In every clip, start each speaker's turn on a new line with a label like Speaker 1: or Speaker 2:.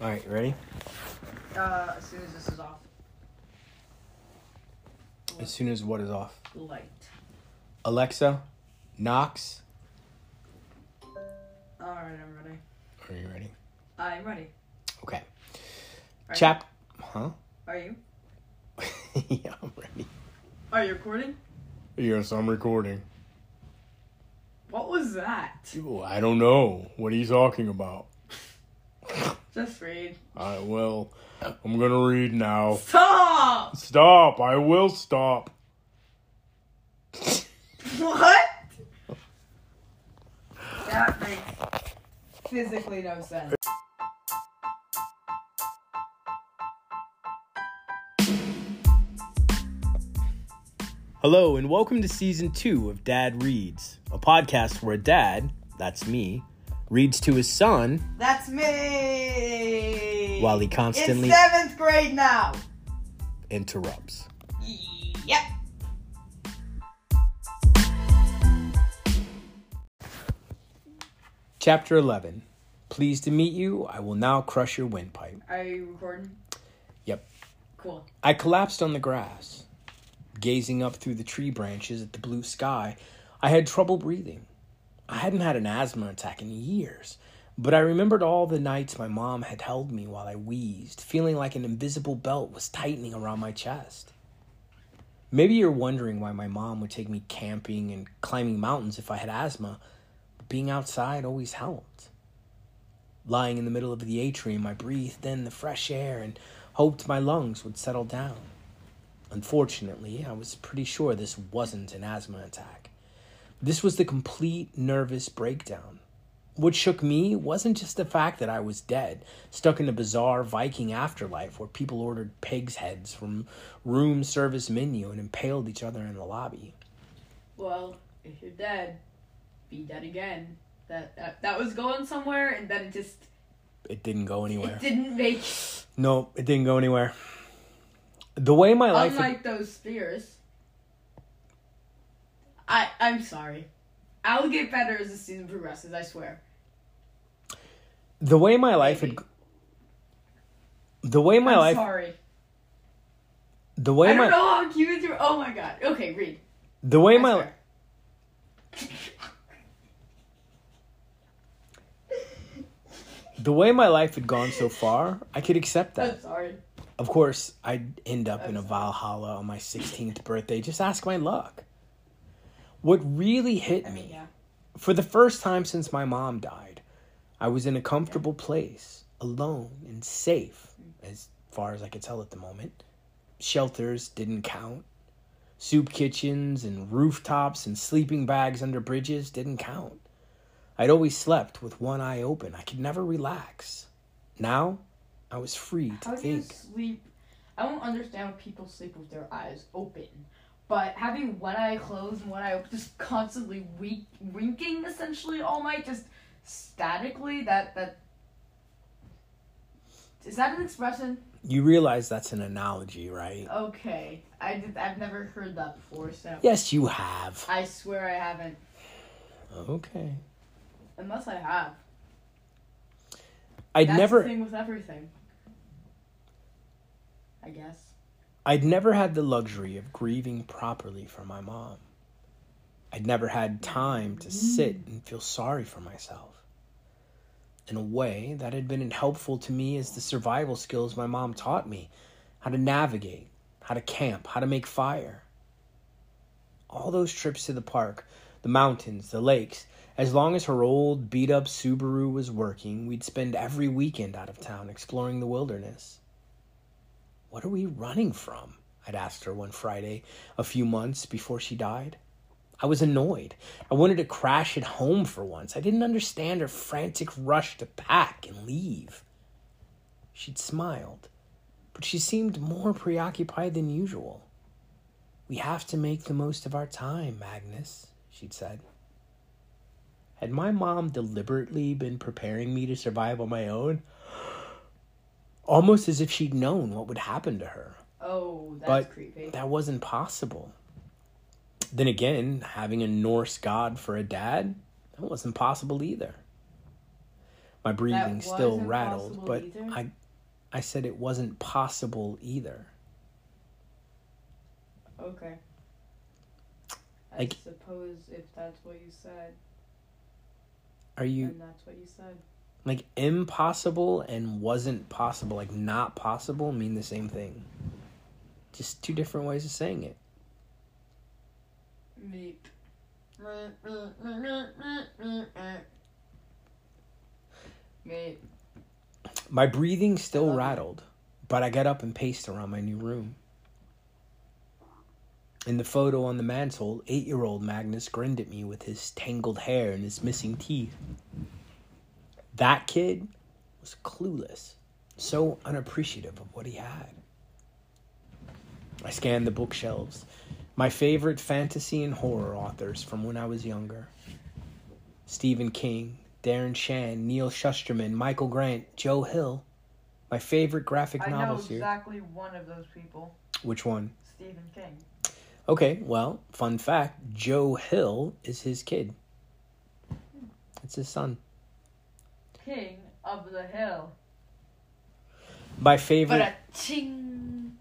Speaker 1: All right, ready?
Speaker 2: Uh, as soon as this is off,
Speaker 1: As soon as what is off?
Speaker 2: light.
Speaker 1: Alexa, Knox.
Speaker 2: All right, I'm ready.
Speaker 1: Are you ready?
Speaker 2: I'm ready.
Speaker 1: Okay.
Speaker 2: Are
Speaker 1: Chap. Huh?
Speaker 2: You, are you?
Speaker 1: yeah, I'm ready.
Speaker 2: Are you recording?
Speaker 1: Yes, I'm recording.
Speaker 2: What was that?
Speaker 1: Ooh, I don't know. What are you talking about?
Speaker 2: Just read.
Speaker 1: I will. I'm gonna read now.
Speaker 2: Stop!
Speaker 1: Stop! I will stop.
Speaker 2: What? That makes physically no sense.
Speaker 1: Hello, and welcome to season two of Dad Reads, a podcast where dad, that's me, reads to his son
Speaker 2: That's me.
Speaker 1: while he constantly
Speaker 2: in seventh grade now.
Speaker 1: interrupts.
Speaker 2: Yep.
Speaker 1: Chapter 11. Pleased to meet you. I will now crush your windpipe.
Speaker 2: Are you recording?
Speaker 1: Yep.
Speaker 2: Cool.
Speaker 1: I collapsed on the grass. Gazing up through the tree branches at the blue sky, I had trouble breathing. I hadn't had an asthma attack in years, but I remembered all the nights my mom had held me while I wheezed, feeling like an invisible belt was tightening around my chest. Maybe you're wondering why my mom would take me camping and climbing mountains if I had asthma, but being outside always helped. Lying in the middle of the atrium, I breathed in the fresh air and hoped my lungs would settle down. Unfortunately, I was pretty sure this wasn't an asthma attack. This was the complete nervous breakdown. What shook me wasn't just the fact that I was dead, stuck in a bizarre Viking afterlife where people ordered pigs' heads from room service menu and impaled each other in the lobby.
Speaker 2: Well, if you're dead, be dead again. That that, that was going somewhere, and then it just
Speaker 1: It didn't go anywhere.
Speaker 2: it didn't make.
Speaker 1: No, it didn't go anywhere. The way
Speaker 2: Oh
Speaker 1: my life had-
Speaker 2: Unlike those spears. I I'm sorry. I'll get better as the season progresses. I swear.
Speaker 1: the way my life had
Speaker 2: Maybe.
Speaker 1: the way my
Speaker 2: I'm
Speaker 1: life
Speaker 2: sorry.
Speaker 1: the way
Speaker 2: I don't
Speaker 1: my
Speaker 2: know how cute through. Oh my god. Okay, read.
Speaker 1: the way
Speaker 2: I
Speaker 1: my
Speaker 2: swear.
Speaker 1: the way my life had gone so far, I could accept
Speaker 2: I'm
Speaker 1: that.
Speaker 2: sorry.
Speaker 1: Of course, I'd end up in a
Speaker 2: That's-
Speaker 1: Valhalla on my 16th birthday. Just ask my luck. What really hit
Speaker 2: I mean,
Speaker 1: me,
Speaker 2: yeah.
Speaker 1: for the first time since my mom died, I was in a comfortable place, alone and safe, as far as I could tell at the moment. Shelters didn't count. Soup kitchens and rooftops and sleeping bags under bridges didn't count. I'd always slept with one eye open. I could never relax. Now, I was free to
Speaker 2: How do you
Speaker 1: think.
Speaker 2: sleep? I don't understand when people sleep with their eyes open. But having one eye closed and one eye open, just constantly weak, winking essentially all night, just statically, that, that. Is that an expression?
Speaker 1: You realize that's an analogy, right?
Speaker 2: Okay. I did, I've never heard that before, so.
Speaker 1: Yes, you have.
Speaker 2: I swear I haven't.
Speaker 1: Okay.
Speaker 2: Unless I have.
Speaker 1: I'd
Speaker 2: That's
Speaker 1: never
Speaker 2: the thing with everything. I guess.
Speaker 1: I'd never had the luxury of grieving properly for my mom. I'd never had time to sit and feel sorry for myself. In a way, that had been helpful to me as the survival skills my mom taught me how to navigate, how to camp, how to make fire. All those trips to the park, the mountains, the lakes, as long as her old beat up Subaru was working, we'd spend every weekend out of town exploring the wilderness. What are we running from? I'd asked her one Friday, a few months before she died. I was annoyed. I wanted to crash at home for once. I didn't understand her frantic rush to pack and leave. She'd smiled, but she seemed more preoccupied than usual. We have to make the most of our time, Magnus, she'd said. Had my mom deliberately been preparing me to survive on my own? Almost as if she'd known what would happen to her.
Speaker 2: Oh, that's
Speaker 1: But-
Speaker 2: creepy.
Speaker 1: That wasn't possible. Then again, having a Norse god for a dad, that wasn't possible either. My breathing still
Speaker 2: wasn't
Speaker 1: rattled,
Speaker 2: possible
Speaker 1: but
Speaker 2: either?
Speaker 1: I I said it wasn't possible either.
Speaker 2: Okay. I
Speaker 1: Like-
Speaker 2: suppose if that's what you said,
Speaker 1: Are you
Speaker 2: then that's what you said.
Speaker 1: like impossible and wasn't possible, like not possible mean the same thing. Just two different ways of saying it.
Speaker 2: Me. Me.
Speaker 1: My breathing still
Speaker 2: love it.
Speaker 1: rattled, but I got up and paced around my new room. In the photo on the mantel, eight year old Magnus grinned at me with his tangled hair and his missing teeth. That kid was clueless, so unappreciative of what he had. I scanned the bookshelves, my favorite fantasy and horror authors from when I was younger. Stephen King, Darren Shan, Neil Shusterman, Michael Grant, Joe Hill. My favorite graphic
Speaker 2: I know
Speaker 1: novel series.
Speaker 2: exactly one of those people,
Speaker 1: Which one?
Speaker 2: Stephen King.
Speaker 1: Okay, well, fun fact Joe Hill is his kid. It's his son.
Speaker 2: King of the Hill.
Speaker 1: My
Speaker 2: But
Speaker 1: favorite
Speaker 2: a ting.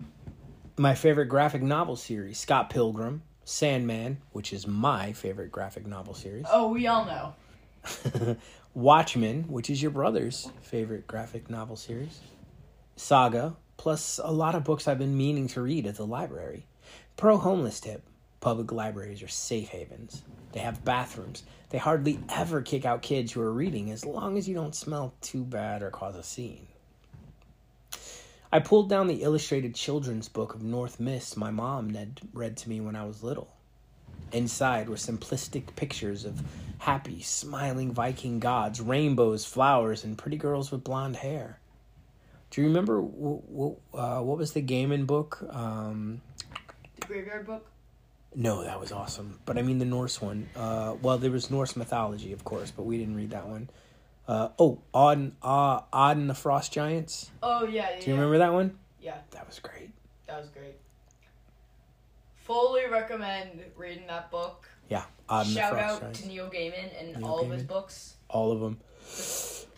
Speaker 1: my favorite graphic novel series, Scott Pilgrim, Sandman, which is my favorite graphic novel series.
Speaker 2: Oh, we all know.
Speaker 1: Watchmen, which is your brother's favorite graphic novel series. Saga, plus a lot of books I've been meaning to read at the library. Pro homeless tip public libraries are safe havens. They have bathrooms. They hardly ever kick out kids who are reading as long as you don't smell too bad or cause a scene. I pulled down the illustrated children's book of North Miss my mom had read to me when I was little. Inside were simplistic pictures of happy, smiling Viking gods, rainbows, flowers, and pretty girls with blonde hair. Do you remember w- w- uh, what was the Gaiman book? Um,
Speaker 2: The Graveyard Book.
Speaker 1: no, that was awesome. But I mean the Norse one. Uh, well, there was Norse mythology, of course, but we didn't read that one. Uh, oh, Odin, uh, Odin the Frost Giants.
Speaker 2: Oh yeah, yeah.
Speaker 1: Do you
Speaker 2: yeah.
Speaker 1: remember that one?
Speaker 2: Yeah,
Speaker 1: That was great.
Speaker 2: that was great. Fully recommend reading that book.
Speaker 1: Odin the
Speaker 2: Shout
Speaker 1: Frost
Speaker 2: out
Speaker 1: Giants.
Speaker 2: to Neil Gaiman and
Speaker 1: Neil
Speaker 2: all of his
Speaker 1: Gaiman.
Speaker 2: books,
Speaker 1: All of them.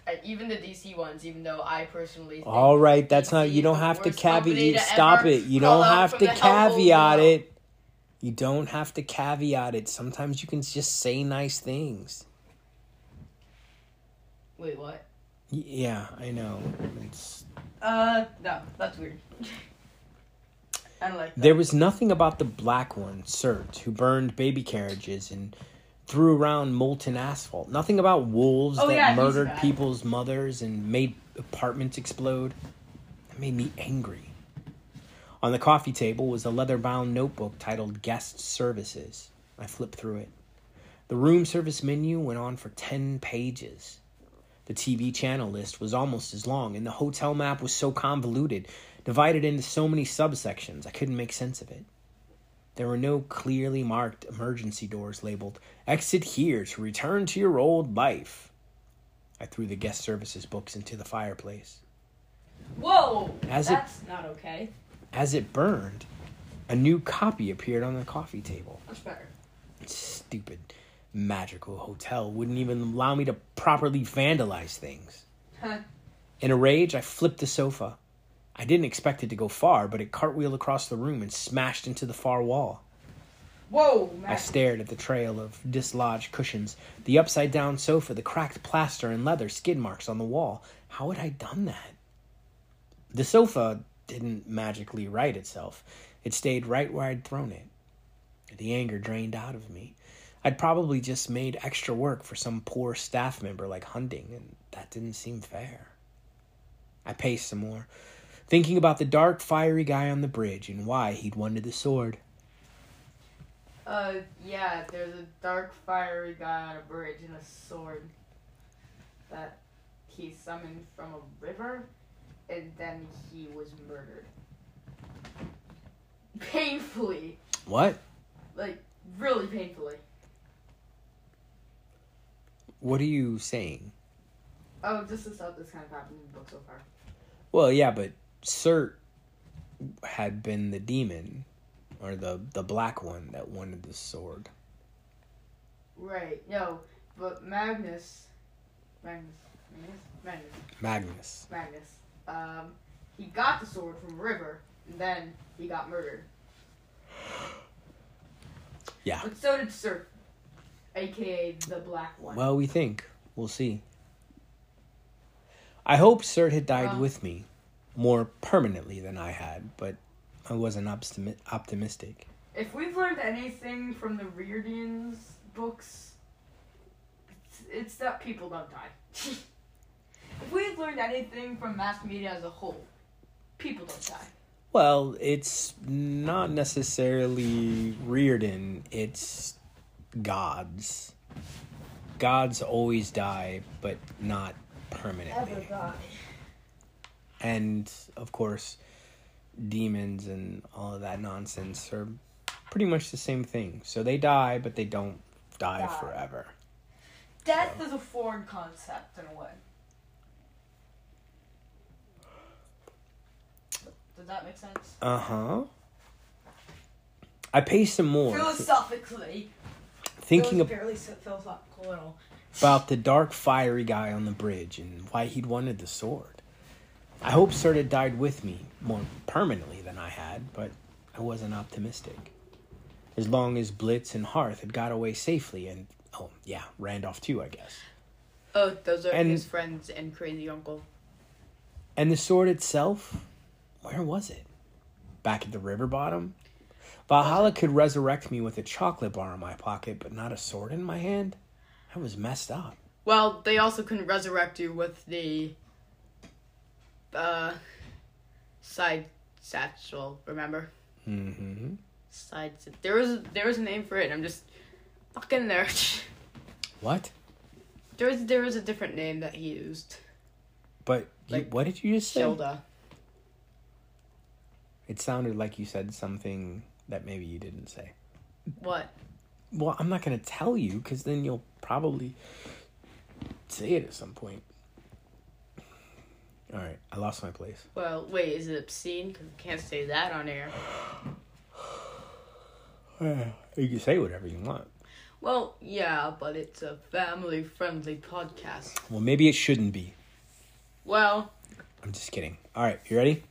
Speaker 2: uh, even the DC ones. Even though I personally think
Speaker 1: All right, that's not.
Speaker 2: DC
Speaker 1: You
Speaker 2: is
Speaker 1: don't
Speaker 2: the
Speaker 1: have to
Speaker 2: worst company
Speaker 1: caveat.
Speaker 2: to
Speaker 1: Stop
Speaker 2: ever
Speaker 1: it. You
Speaker 2: crawl
Speaker 1: don't
Speaker 2: out
Speaker 1: have
Speaker 2: from
Speaker 1: to
Speaker 2: the hellhole
Speaker 1: caveat
Speaker 2: now.
Speaker 1: it. You don't have to caveat it. Sometimes you can just say nice things.
Speaker 2: Wait, what?
Speaker 1: Y- Yeah, I know. It's,
Speaker 2: Uh, no, that's weird. I don't like that.
Speaker 1: there was nothing about the black one, Surt, who burned baby carriages and threw around molten asphalt. Nothing about wolves
Speaker 2: Oh,
Speaker 1: that
Speaker 2: yeah, he's
Speaker 1: murdered
Speaker 2: bad.
Speaker 1: people's mothers and made apartments explode. That made me angry. On the coffee table was a leather bound notebook titled Guest Services. I flipped through it. The room service menu went on for 10 pages. The TV channel list was almost as long, and the hotel map was so convoluted, divided into so many subsections, I couldn't make sense of it. There were no clearly marked emergency doors labeled, Exit here to return to your old life. I threw the guest services books into the fireplace.
Speaker 2: Whoa,
Speaker 1: As it-
Speaker 2: that's not okay.
Speaker 1: As it burned, a new copy appeared on the coffee table.
Speaker 2: Much better.
Speaker 1: Stupid magical hotel wouldn't even allow me to properly vandalize things.
Speaker 2: Huh.
Speaker 1: In a rage, I flipped the sofa. I didn't expect it to go far, but it cartwheeled across the room and smashed into the far wall.
Speaker 2: Whoa,
Speaker 1: I
Speaker 2: Matt.
Speaker 1: stared at the trail of dislodged cushions, the upside down sofa, the cracked plaster and leather skid marks on the wall. How had I done that? The sofa didn't magically right itself, it stayed right where I'd thrown it. The anger drained out of me. I'd probably just made extra work for some poor staff member like Hunting, and that didn't seem fair. I paced some more, thinking about the dark, fiery guy on the bridge and why he'd wanted the sword.
Speaker 2: Uh, yeah, there's a dark, fiery guy on a bridge and a sword that he summoned from a river, and then he was murdered. Painfully.
Speaker 1: What?
Speaker 2: Like, really painfully.
Speaker 1: What are you saying?
Speaker 2: Oh, this is how this kind of happened in the book so far.
Speaker 1: Well, yeah, but Surt had been the demon, or the the black one that wanted the sword.
Speaker 2: Right, no, but Magnus. Magnus. Magnus.
Speaker 1: Magnus.
Speaker 2: Magnus. Um, he got the sword from River, and then he got murdered.
Speaker 1: Yeah.
Speaker 2: But so did Sir, aka the Black One.
Speaker 1: Well, we think. We'll see. I hope Surt had died
Speaker 2: Well-
Speaker 1: with me more permanently than I had, but I wasn't optimi- optimistic.
Speaker 2: if we've learned anything from the Reardon's books, it's, it's that people don't die. if we've learned anything from mass media as a whole, people don't die.
Speaker 1: Well, it's not necessarily Reardon, it's gods. Gods always die, but not permanently. and of course demons and all of that nonsense are pretty much the same thing so they die but they don't die,
Speaker 2: Die.
Speaker 1: forever
Speaker 2: Death is a foreign concept in a way. Does that make sense?
Speaker 1: uh-huh i pay some more
Speaker 2: Philosophically,
Speaker 1: thinking
Speaker 3: It was
Speaker 1: ab-
Speaker 3: barely so- philosophical at all.
Speaker 1: about the dark fiery guy on the bridge and why he'd wanted the sword i hope serta died with me more permanently than i had but i wasn't optimistic as long as blitz and hearth had got away safely and oh yeah randolph too i guess
Speaker 4: Oh, those are
Speaker 1: And-
Speaker 4: his friends and crazy uncle.
Speaker 1: And the sword itself, where was it? Back at the river bottom? Valhalla could resurrect me with a chocolate bar in my pocket, but not a sword in my hand? I was messed up.
Speaker 4: Well, they also couldn't resurrect you with the uh side satchel. Remember
Speaker 1: hmm
Speaker 4: side. sa- There was there was a name for it. I'm just fucking there.
Speaker 1: What?
Speaker 4: there was there was a different name that he used.
Speaker 1: But you-
Speaker 4: Like,
Speaker 1: what did you just say?
Speaker 4: Shilda.
Speaker 1: It sounded like you said something that maybe you didn't say.
Speaker 4: What?
Speaker 1: Well, I'm not going to tell you because then you'll probably say it at some point. All right, I lost my place.
Speaker 4: Well, wait. Is it obscene? Because I can't say that on air.
Speaker 1: You can say whatever you want.
Speaker 4: Well, yeah, but it's a family-friendly podcast.
Speaker 1: Well, maybe it shouldn't be.
Speaker 4: Well,
Speaker 1: I'm just kidding. All right, you ready?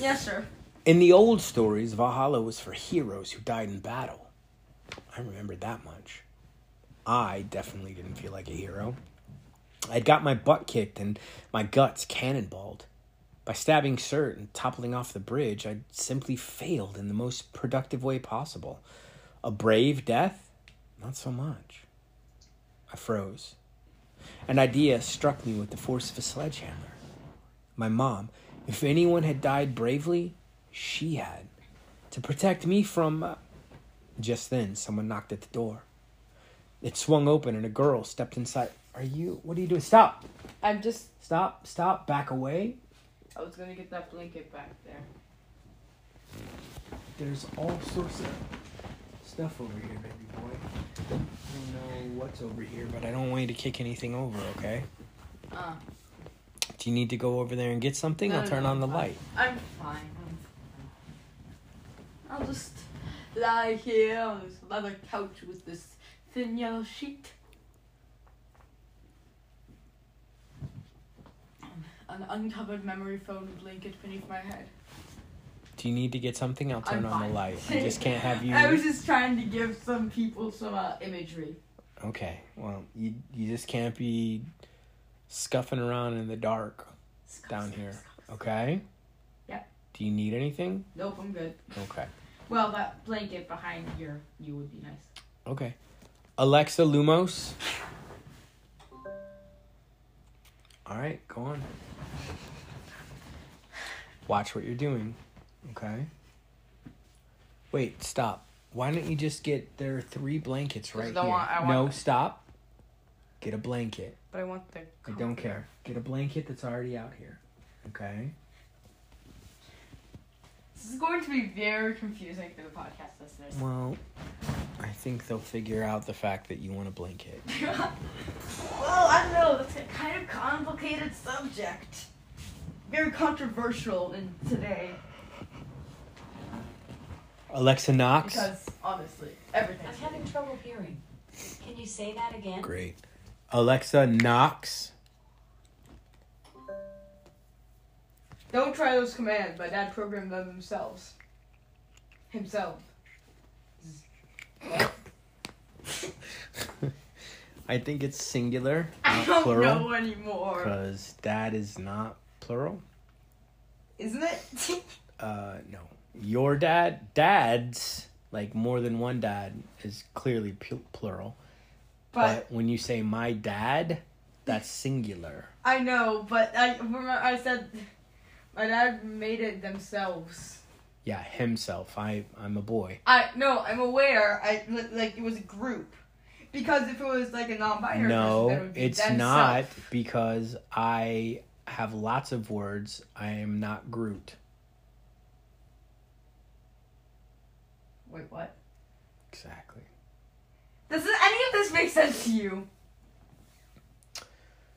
Speaker 2: yes, sir.
Speaker 1: In the old stories, Valhalla was for heroes who died in battle. I remembered that much. I definitely didn't feel like a hero. I'd got my butt kicked and my guts cannonballed. By stabbing Surt and toppling off the bridge, I'd simply failed in the most productive way possible. A brave death? Not so much. I froze. An idea struck me with the force of a sledgehammer my mom. If anyone had died bravely, she had. To protect me from. uh, Just then, someone knocked at the door. It swung open and a girl stepped inside. Are you. What are you doing? Stop!
Speaker 4: I'm just.
Speaker 1: Stop! Stop! Back away!
Speaker 2: I was gonna get that blanket back there.
Speaker 1: There's all sorts of stuff over here, baby boy. I don't know what's over here, but I don't want you to kick anything over, okay?
Speaker 2: Uh,
Speaker 1: Do you need to go over there and get something?
Speaker 2: No,
Speaker 1: I'll
Speaker 2: no,
Speaker 1: turn
Speaker 2: no,
Speaker 1: on the
Speaker 2: I'm fine.
Speaker 1: light.
Speaker 2: I'm fine. I'm fine. I'll just lie here on this leather couch with this thin yellow sheet. An uncovered memory foam blanket beneath my head.
Speaker 1: Do you need to get something? I'll turn
Speaker 2: I'm
Speaker 1: on
Speaker 2: fine.
Speaker 1: the light. I just can't have you.
Speaker 2: I was just trying to give some people some uh, imagery.
Speaker 1: Okay. Well, you you just can't be scuffing around in the dark down here. Okay.
Speaker 2: Yep.
Speaker 1: Do you need anything?
Speaker 2: Nope, I'm good.
Speaker 1: Okay.
Speaker 2: Well, that blanket behind your you would be nice.
Speaker 1: Okay. Alexa Lumos. All right, go on. Watch what you're doing. Okay. Wait, stop. Why don't you just get there are three blankets right
Speaker 4: I
Speaker 1: here?
Speaker 4: want- I want-
Speaker 1: no, stop. Get a blanket.
Speaker 4: But I want the.
Speaker 1: I don't care. Get a blanket that's already out here. Okay.
Speaker 2: This is going to be very confusing for the podcast listeners.
Speaker 1: Well, I think they'll figure out the fact that you want a blanket.
Speaker 2: well, I don't know. That's a kind of complicated subject. Very controversial in today
Speaker 1: Alexa Knox.
Speaker 2: because honestly, everything.
Speaker 3: I'm having trouble hearing. Can you say that again?
Speaker 1: Great. Alexa Knox.
Speaker 2: Don't try those commands. My dad programmed them themselves. Himself.
Speaker 1: I think it's singular,
Speaker 2: I
Speaker 1: not
Speaker 2: don't
Speaker 1: plural,
Speaker 2: know anymore.
Speaker 1: because that is not plural.
Speaker 2: Isn't it?
Speaker 1: Uh, no, your dad, dads, like more than one dad, is clearly pu- plural.
Speaker 2: but
Speaker 1: but when you say my dad, that's singular.
Speaker 2: I know, but I remember I said my dad made it themselves.
Speaker 1: Yeah, himself. I I'm a boy.
Speaker 2: I no, I'm aware. I li- like it was a group because if it was like a non-binary person, then it
Speaker 1: No,
Speaker 2: would be
Speaker 1: it's
Speaker 2: themself.
Speaker 1: not because I have lots of words. I am not Groot.
Speaker 2: Wait, what?
Speaker 1: Exactly.
Speaker 2: Does this- any of this make sense to you?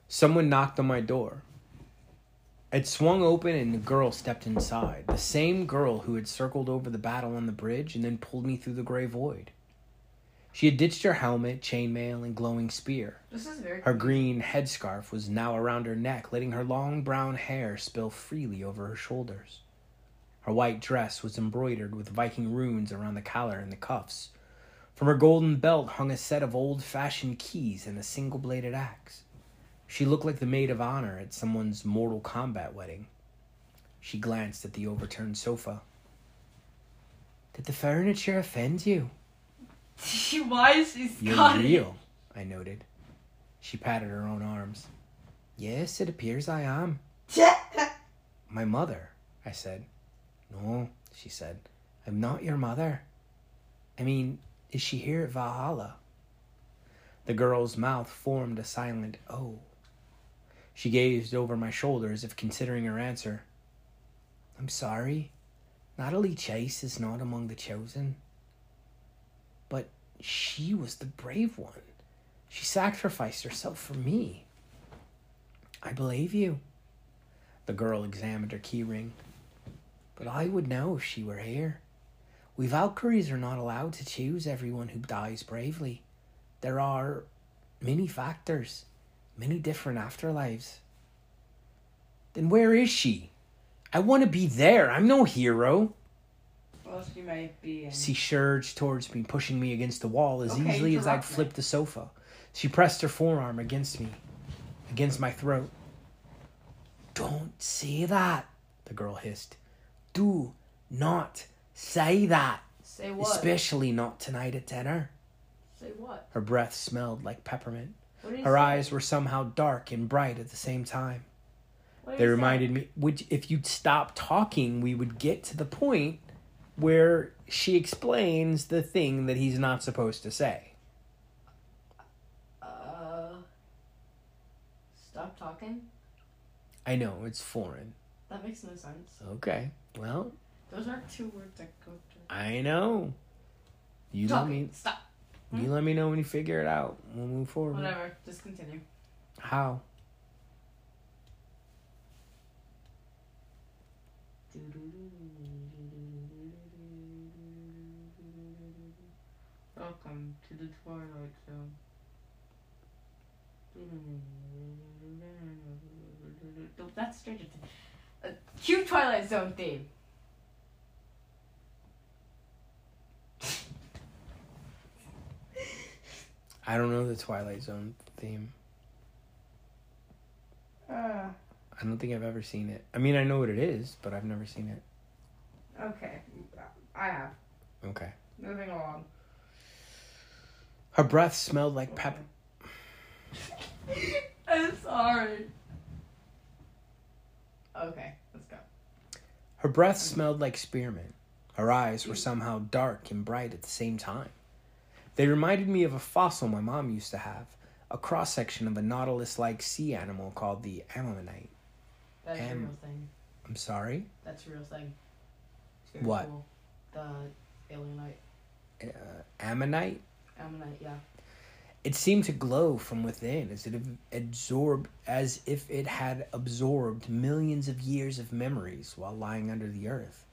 Speaker 1: Someone knocked on my door. It swung open and the girl stepped inside. The same girl who had circled over the battle on the bridge and then pulled me through the gray void. She had ditched her helmet, chainmail, and glowing spear.
Speaker 2: This is very.
Speaker 1: Her green headscarf was now around her neck, letting her long brown hair spill freely over her shoulders. Her white dress was embroidered with Viking runes around the collar and the cuffs. From her golden belt hung a set of old fashioned keys and a single bladed axe. She looked like the maid of honor at someone's Mortal Kombat wedding. She glanced at the overturned sofa. Did the furniture offend you?
Speaker 2: Why is she
Speaker 1: You're
Speaker 2: Scottish?
Speaker 1: real, I noted. She patted her own arms. Yes, it appears I am. My mother, I said. No, she said. I'm not your mother. I mean, is she here at Valhalla? The girl's mouth formed a silent O. She gazed over my shoulder as if considering her answer. I'm sorry. Natalie Chase is not among the chosen. She was the brave one. She sacrificed herself for me. I believe you. The girl examined her key ring. But I would know if she were here. We Valkyries are not allowed to choose everyone who dies bravely. There are many factors, many different afterlives. Then where is she? I want to be there. I'm no hero.
Speaker 2: Well, she might be. In.
Speaker 1: She surged towards me, pushing me against the wall as
Speaker 2: Okay,
Speaker 1: easily as I'd
Speaker 2: interrupt me.
Speaker 1: flipped the sofa. She pressed her forearm against me, against my throat. Don't say that, the girl hissed. Do not say that,
Speaker 2: Say what?
Speaker 1: especially not tonight at dinner.
Speaker 2: Say what?
Speaker 1: Her breath smelled like peppermint.
Speaker 2: What did he
Speaker 1: Her
Speaker 2: say?
Speaker 1: eyes were somehow dark and bright at the same time.
Speaker 2: What did
Speaker 1: They
Speaker 2: he say?
Speaker 1: reminded me, which if you'd stop talking, we would get to the point where she explains the thing that he's not supposed to say.
Speaker 2: Uh. Stop talking.
Speaker 1: I know it's foreign.
Speaker 2: That makes no sense.
Speaker 1: Okay. Well,
Speaker 2: Those are two words that go to.
Speaker 1: I know. You
Speaker 2: Stop.
Speaker 1: let me.
Speaker 2: Stop.
Speaker 1: You let me know when you figure it out. We'll move forward.
Speaker 2: Whatever. Just continue.
Speaker 1: How?
Speaker 2: Welcome to the Twilight Zone. Nope, That's Stranger Things. Uh, cute Twilight Zone theme.
Speaker 1: I don't know the Twilight Zone theme.
Speaker 2: Uh,
Speaker 1: I don't think I've ever seen it. I mean, I know what it is, but I've never seen it.
Speaker 2: okay. I have.
Speaker 1: Okay.
Speaker 2: Moving along.
Speaker 1: Her breath smelled like pepper.
Speaker 2: I'm sorry. Okay, let's go.
Speaker 1: Her breath smelled like spearmint. Her eyes were somehow dark and bright at the same time. They reminded me of a fossil my mom used to have, a cross section of a nautilus like sea animal called the ammonite.
Speaker 2: That's a
Speaker 1: Um,
Speaker 2: real thing.
Speaker 1: I'm sorry?
Speaker 2: That's a real thing. It's very
Speaker 1: What?
Speaker 2: cool. The alienite.
Speaker 1: Uh, ammonite?
Speaker 2: Ammonite, yeah.
Speaker 1: It seemed to glow from within as it ab- absorbed, as if it had absorbed millions of years of memories while lying under the earth.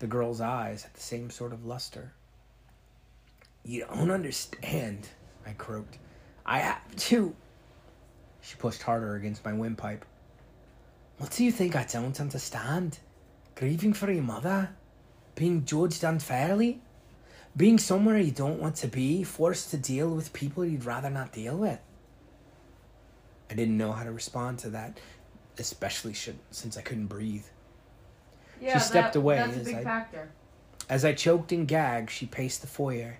Speaker 1: The girl's eyes had the same sort of luster. You don't understand, I croaked. I have to. She pushed harder against my windpipe. What do you think I don't understand? Grieving for your mother? Being judged unfairly? Being somewhere you don't want to be, forced to deal with people you'd rather not deal with? I didn't know how to respond to that, especially should, since I couldn't breathe.
Speaker 2: Yeah,
Speaker 1: stepped
Speaker 2: that-
Speaker 1: away
Speaker 2: That's a
Speaker 1: as
Speaker 2: big
Speaker 1: I-
Speaker 2: factor.
Speaker 1: As I choked and gagged, she paced the foyer,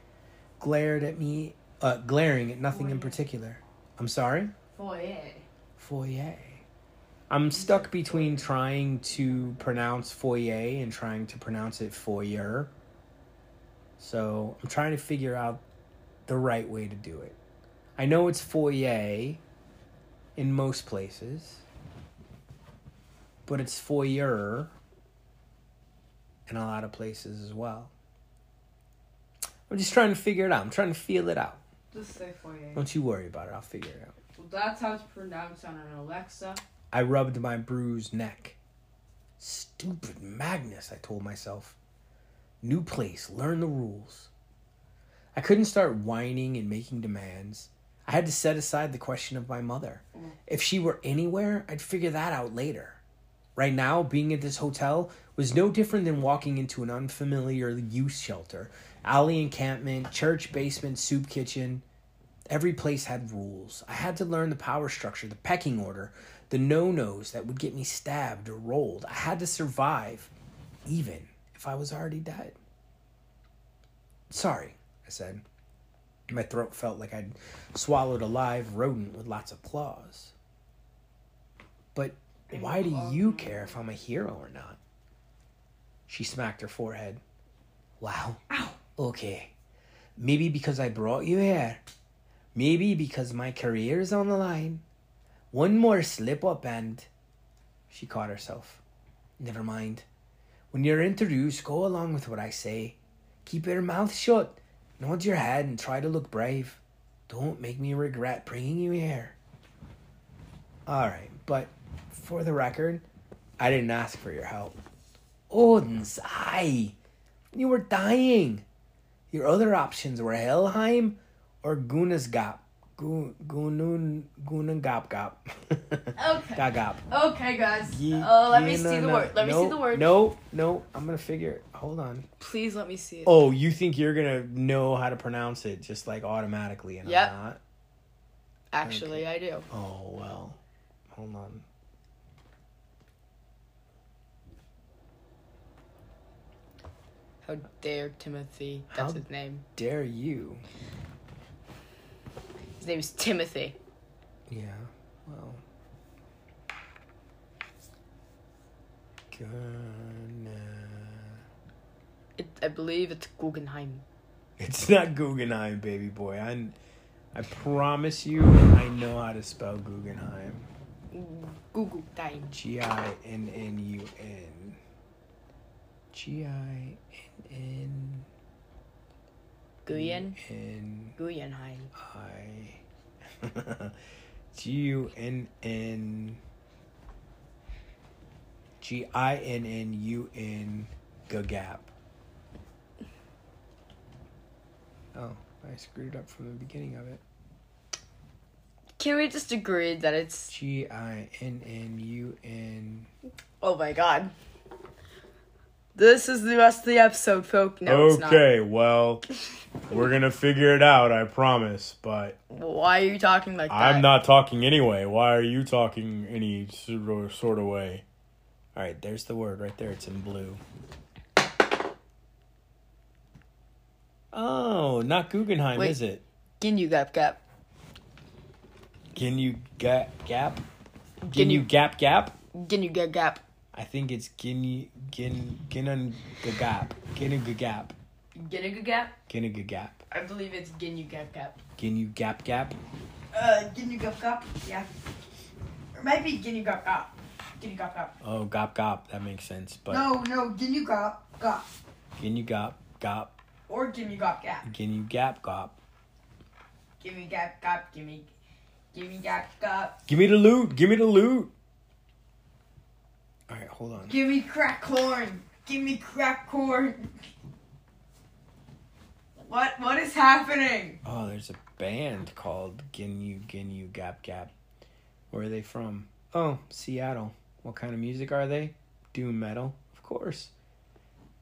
Speaker 1: glared at me, uh, glaring at nothing in
Speaker 3: Foyer.
Speaker 1: particular. I'm sorry?
Speaker 2: Foyer.
Speaker 1: Foyer. I'm stuck between trying to pronounce foyer and trying to pronounce it foyer. So I'm trying to figure out the right way to do it. I know it's foyer in most places, but it's foyer in a lot of places as well. I'm just trying to figure it out. I'm trying to feel it out.
Speaker 2: Just say foyer.
Speaker 1: Don't you worry about it. I'll figure it out.
Speaker 2: Well, that's how it's pronounced on an Alexa.
Speaker 1: I rubbed my bruised neck. Stupid Magnus, I told myself. New place, learn the rules. I couldn't start whining and making demands. I had to set aside the question of my mother. If she were anywhere, I'd figure that out later. Right now, being at this hotel was no different than walking into an unfamiliar youth shelter. Alley encampment, church basement, soup kitchen. Every place had rules. I had to learn the power structure, the pecking order, the no nos that would get me stabbed or rolled. I had to survive, even if I was already dead. Sorry, I said. My throat felt like I'd swallowed a live rodent with lots of claws. But why do you care if I'm a hero or not? She smacked her forehead. Wow. Ow. Okay. Maybe because I brought you here. Maybe because my career is on the line. One more slip up and. She caught herself. Never mind. When you're introduced, go along with what I say. Keep your mouth shut, nod your head, and try to look brave. Don't make me regret bringing you here. Alright, but for the record, I didn't ask for your help. Odin's eye! You were dying! Your other options were Helheim or Gunasgap. Gun Gunun Gunungapgap.
Speaker 4: Okay.
Speaker 1: Gagap.
Speaker 4: Okay, guys.
Speaker 1: Ye-
Speaker 4: Uh, let me
Speaker 1: yeah, no,
Speaker 4: see the
Speaker 1: no.
Speaker 4: word. Let me
Speaker 1: No,
Speaker 4: see the word.
Speaker 1: No, no, I'm gonna figure it. Hold on.
Speaker 4: Please let me see it.
Speaker 1: Oh, you think you're gonna know how to pronounce it just like automatically and
Speaker 4: Yep.
Speaker 1: I'm not?
Speaker 4: Actually, I do.
Speaker 1: Oh well. Hold on.
Speaker 4: How dare Timothy?
Speaker 1: How-
Speaker 4: That's his name.
Speaker 1: Dare you?
Speaker 4: His name is Timothy.
Speaker 1: Yeah. Well. Gonna.
Speaker 4: It, I believe it's Guggenheim.
Speaker 1: It's not Guggenheim, baby boy. I, I promise you, I know how to spell Guggenheim.
Speaker 4: Guggenheim.
Speaker 1: G I N N U N. G I N
Speaker 4: Guyen.
Speaker 1: N N
Speaker 4: Guggenheim.
Speaker 1: I. G U N N. G I N N U N. Gagap. Oh, I screwed up from the beginning of it.
Speaker 4: Can we just agree that it's?
Speaker 1: G I N N U N.
Speaker 4: Oh my god. This is the rest of the episode, folk. No,
Speaker 1: okay, well, we're gonna figure it out, I promise. But
Speaker 4: it's not. Why are you talking like that?
Speaker 1: I'm not talking anyway. Why are you talking any sort of- sort of way? All right, there's the word right there. It's in blue. Oh, not Guggenheim,
Speaker 4: Wait.
Speaker 1: is it?
Speaker 4: Gin you gap gap.
Speaker 1: Can you ga- gap? Can,
Speaker 4: Gin
Speaker 1: you,
Speaker 4: you-
Speaker 1: gap gap?
Speaker 4: Gin you gap gap.
Speaker 1: I think it's gin you- gin ginun gap ginu gap
Speaker 4: Gin you gap.
Speaker 1: ginu gap.
Speaker 4: I believe it's gin you gap gap.
Speaker 1: Can you gap gap?
Speaker 3: Uh, Ginny Gop Gop, yeah. Or maybe Ginny Gop Gop. Ginny Gop Gop.
Speaker 1: Oh, gop gop. That makes sense. But
Speaker 3: No, no, Ginny Gop Gop.
Speaker 1: can you gop gop?
Speaker 3: Or Ginny Gop Gap.
Speaker 1: Can you gap gop?
Speaker 3: Gimme Gap Gop, gimme. Gimme Gap Gop.
Speaker 1: Give me the loot. Give me the loot. All right, hold on.
Speaker 3: Gimme crack corn. Gimme crack corn. What what is happening?
Speaker 1: Oh, there's a band called Ginyu Ginyu Gap Gap. Where are they from? Oh, Seattle. What kind of music are they? Doom metal, of course.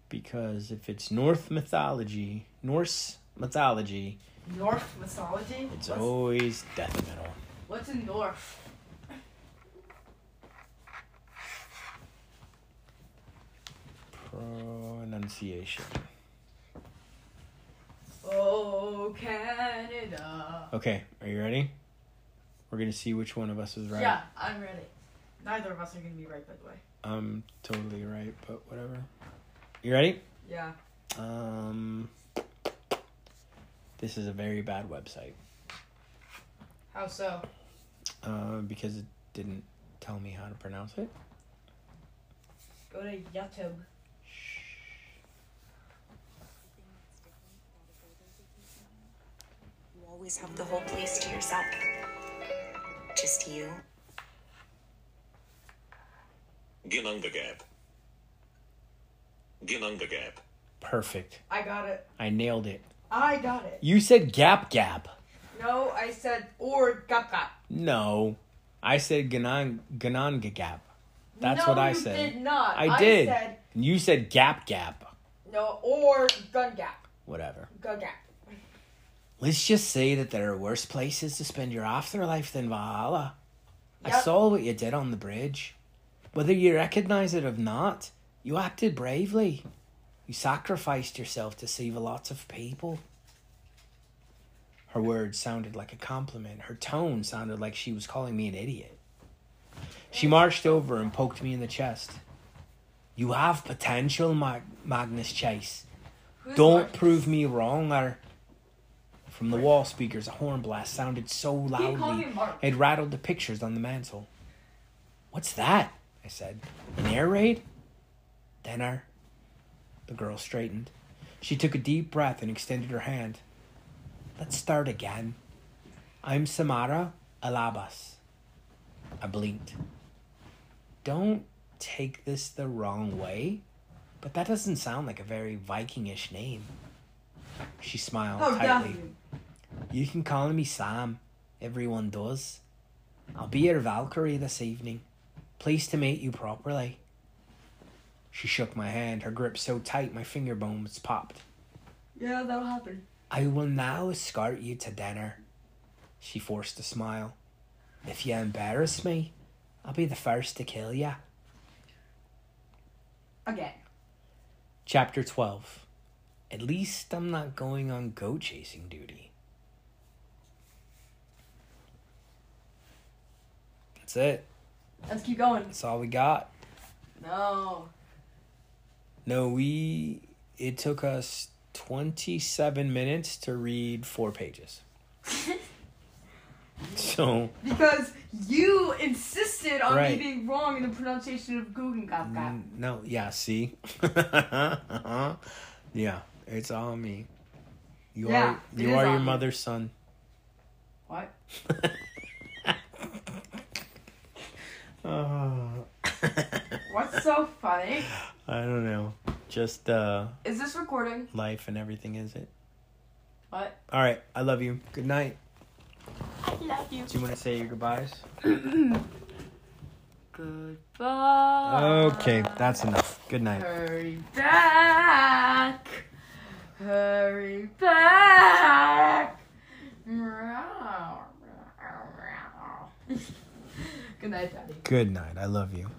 Speaker 1: Because if it's North mythology, Norse mythology,
Speaker 3: North mythology?
Speaker 1: it's
Speaker 3: What's-
Speaker 1: always death metal.
Speaker 3: What's in North?
Speaker 1: Pronunciation.
Speaker 4: Oh, Canada.
Speaker 1: Okay, are you ready? We're gonna see which one of us is right.
Speaker 3: Yeah, I'm ready. Neither of us are gonna be right, by the way.
Speaker 1: I'm totally right, but whatever. You ready?
Speaker 3: Yeah.
Speaker 1: Um, this is a very bad website
Speaker 3: How so?
Speaker 1: uh, because it didn't tell me how to pronounce it.
Speaker 3: Go to YouTube.
Speaker 5: You always have the whole place to yourself. Just you.
Speaker 6: Ginang the Gap. Ginang the Gap.
Speaker 1: Perfect.
Speaker 3: I got it.
Speaker 1: I nailed it.
Speaker 3: I got it.
Speaker 1: You said gap gap.
Speaker 3: No, I said or gop gop.
Speaker 1: No, I said ganan gananga gap. That's
Speaker 3: no,
Speaker 1: what I
Speaker 3: you
Speaker 1: said.
Speaker 3: did not.
Speaker 1: I did.
Speaker 3: said
Speaker 1: And you said gap gap.
Speaker 3: no or gun gap.
Speaker 1: Whatever.
Speaker 3: Gun gap.
Speaker 1: Let's just say that there are worse places to spend your afterlife than Valhalla. I
Speaker 3: Yep.
Speaker 1: saw what you did on the bridge. Whether you recognize it or not, you acted bravely. You sacrificed yourself to save lots of people. Her words sounded like a compliment. Her tone sounded like she was calling me an idiot. She marched over and poked me in the chest. You have potential, Mag- Magnus Chase. Don't prove me wrong, or. From the wall speakers, a horn blast sounded so
Speaker 2: He called me
Speaker 1: loudly
Speaker 2: Mark.
Speaker 1: it rattled the pictures on the mantel. What's that? I said. An air raid? Dinner. The girl straightened. She took a deep breath and extended her hand. Let's start again. I'm Samara Alabas. I blinked. Don't take this the wrong way, but that doesn't sound like a very Vikingish name. She smiled
Speaker 3: Oh,
Speaker 1: tightly.
Speaker 3: definitely.
Speaker 1: You can call me Sam. Everyone does. I'll be your Valkyrie this evening. Pleased to meet you properly. She shook my hand, her grip so tight my finger bones popped.
Speaker 3: Yeah, that'll happen.
Speaker 1: I will now escort you to dinner. She forced a smile. If you embarrass me, I'll be the first to kill you.
Speaker 2: Again.
Speaker 1: Chapter 12. At least I'm not going on goat chasing duty. That's it.
Speaker 2: Let's keep going.
Speaker 1: That's all we got.
Speaker 2: No.
Speaker 1: No, we. It took us 27 minutes to read four pages. so,
Speaker 2: Because you insisted on
Speaker 1: Right. Mm.
Speaker 2: me being wrong in the pronunciation of Guggenkaufka.
Speaker 1: n- no, yeah, see? uh-huh. Yeah, it's all me. You
Speaker 2: Yeah,
Speaker 1: are
Speaker 2: it
Speaker 1: you
Speaker 2: is
Speaker 1: are
Speaker 2: all
Speaker 1: your
Speaker 2: you.
Speaker 1: mother's son.
Speaker 2: What?
Speaker 1: Oh,
Speaker 2: What's so funny?
Speaker 1: I don't know. Just uh
Speaker 2: Is this recording?
Speaker 1: life and everything, is it?
Speaker 2: What?
Speaker 1: All right, I love you. Good night.
Speaker 2: I love you.
Speaker 1: Do you want to say your goodbyes?
Speaker 2: Goodbye.
Speaker 1: Okay, that's enough. Good night.
Speaker 2: Hurry back. Hurry back. Good night, Daddy.
Speaker 1: Good night. I love you.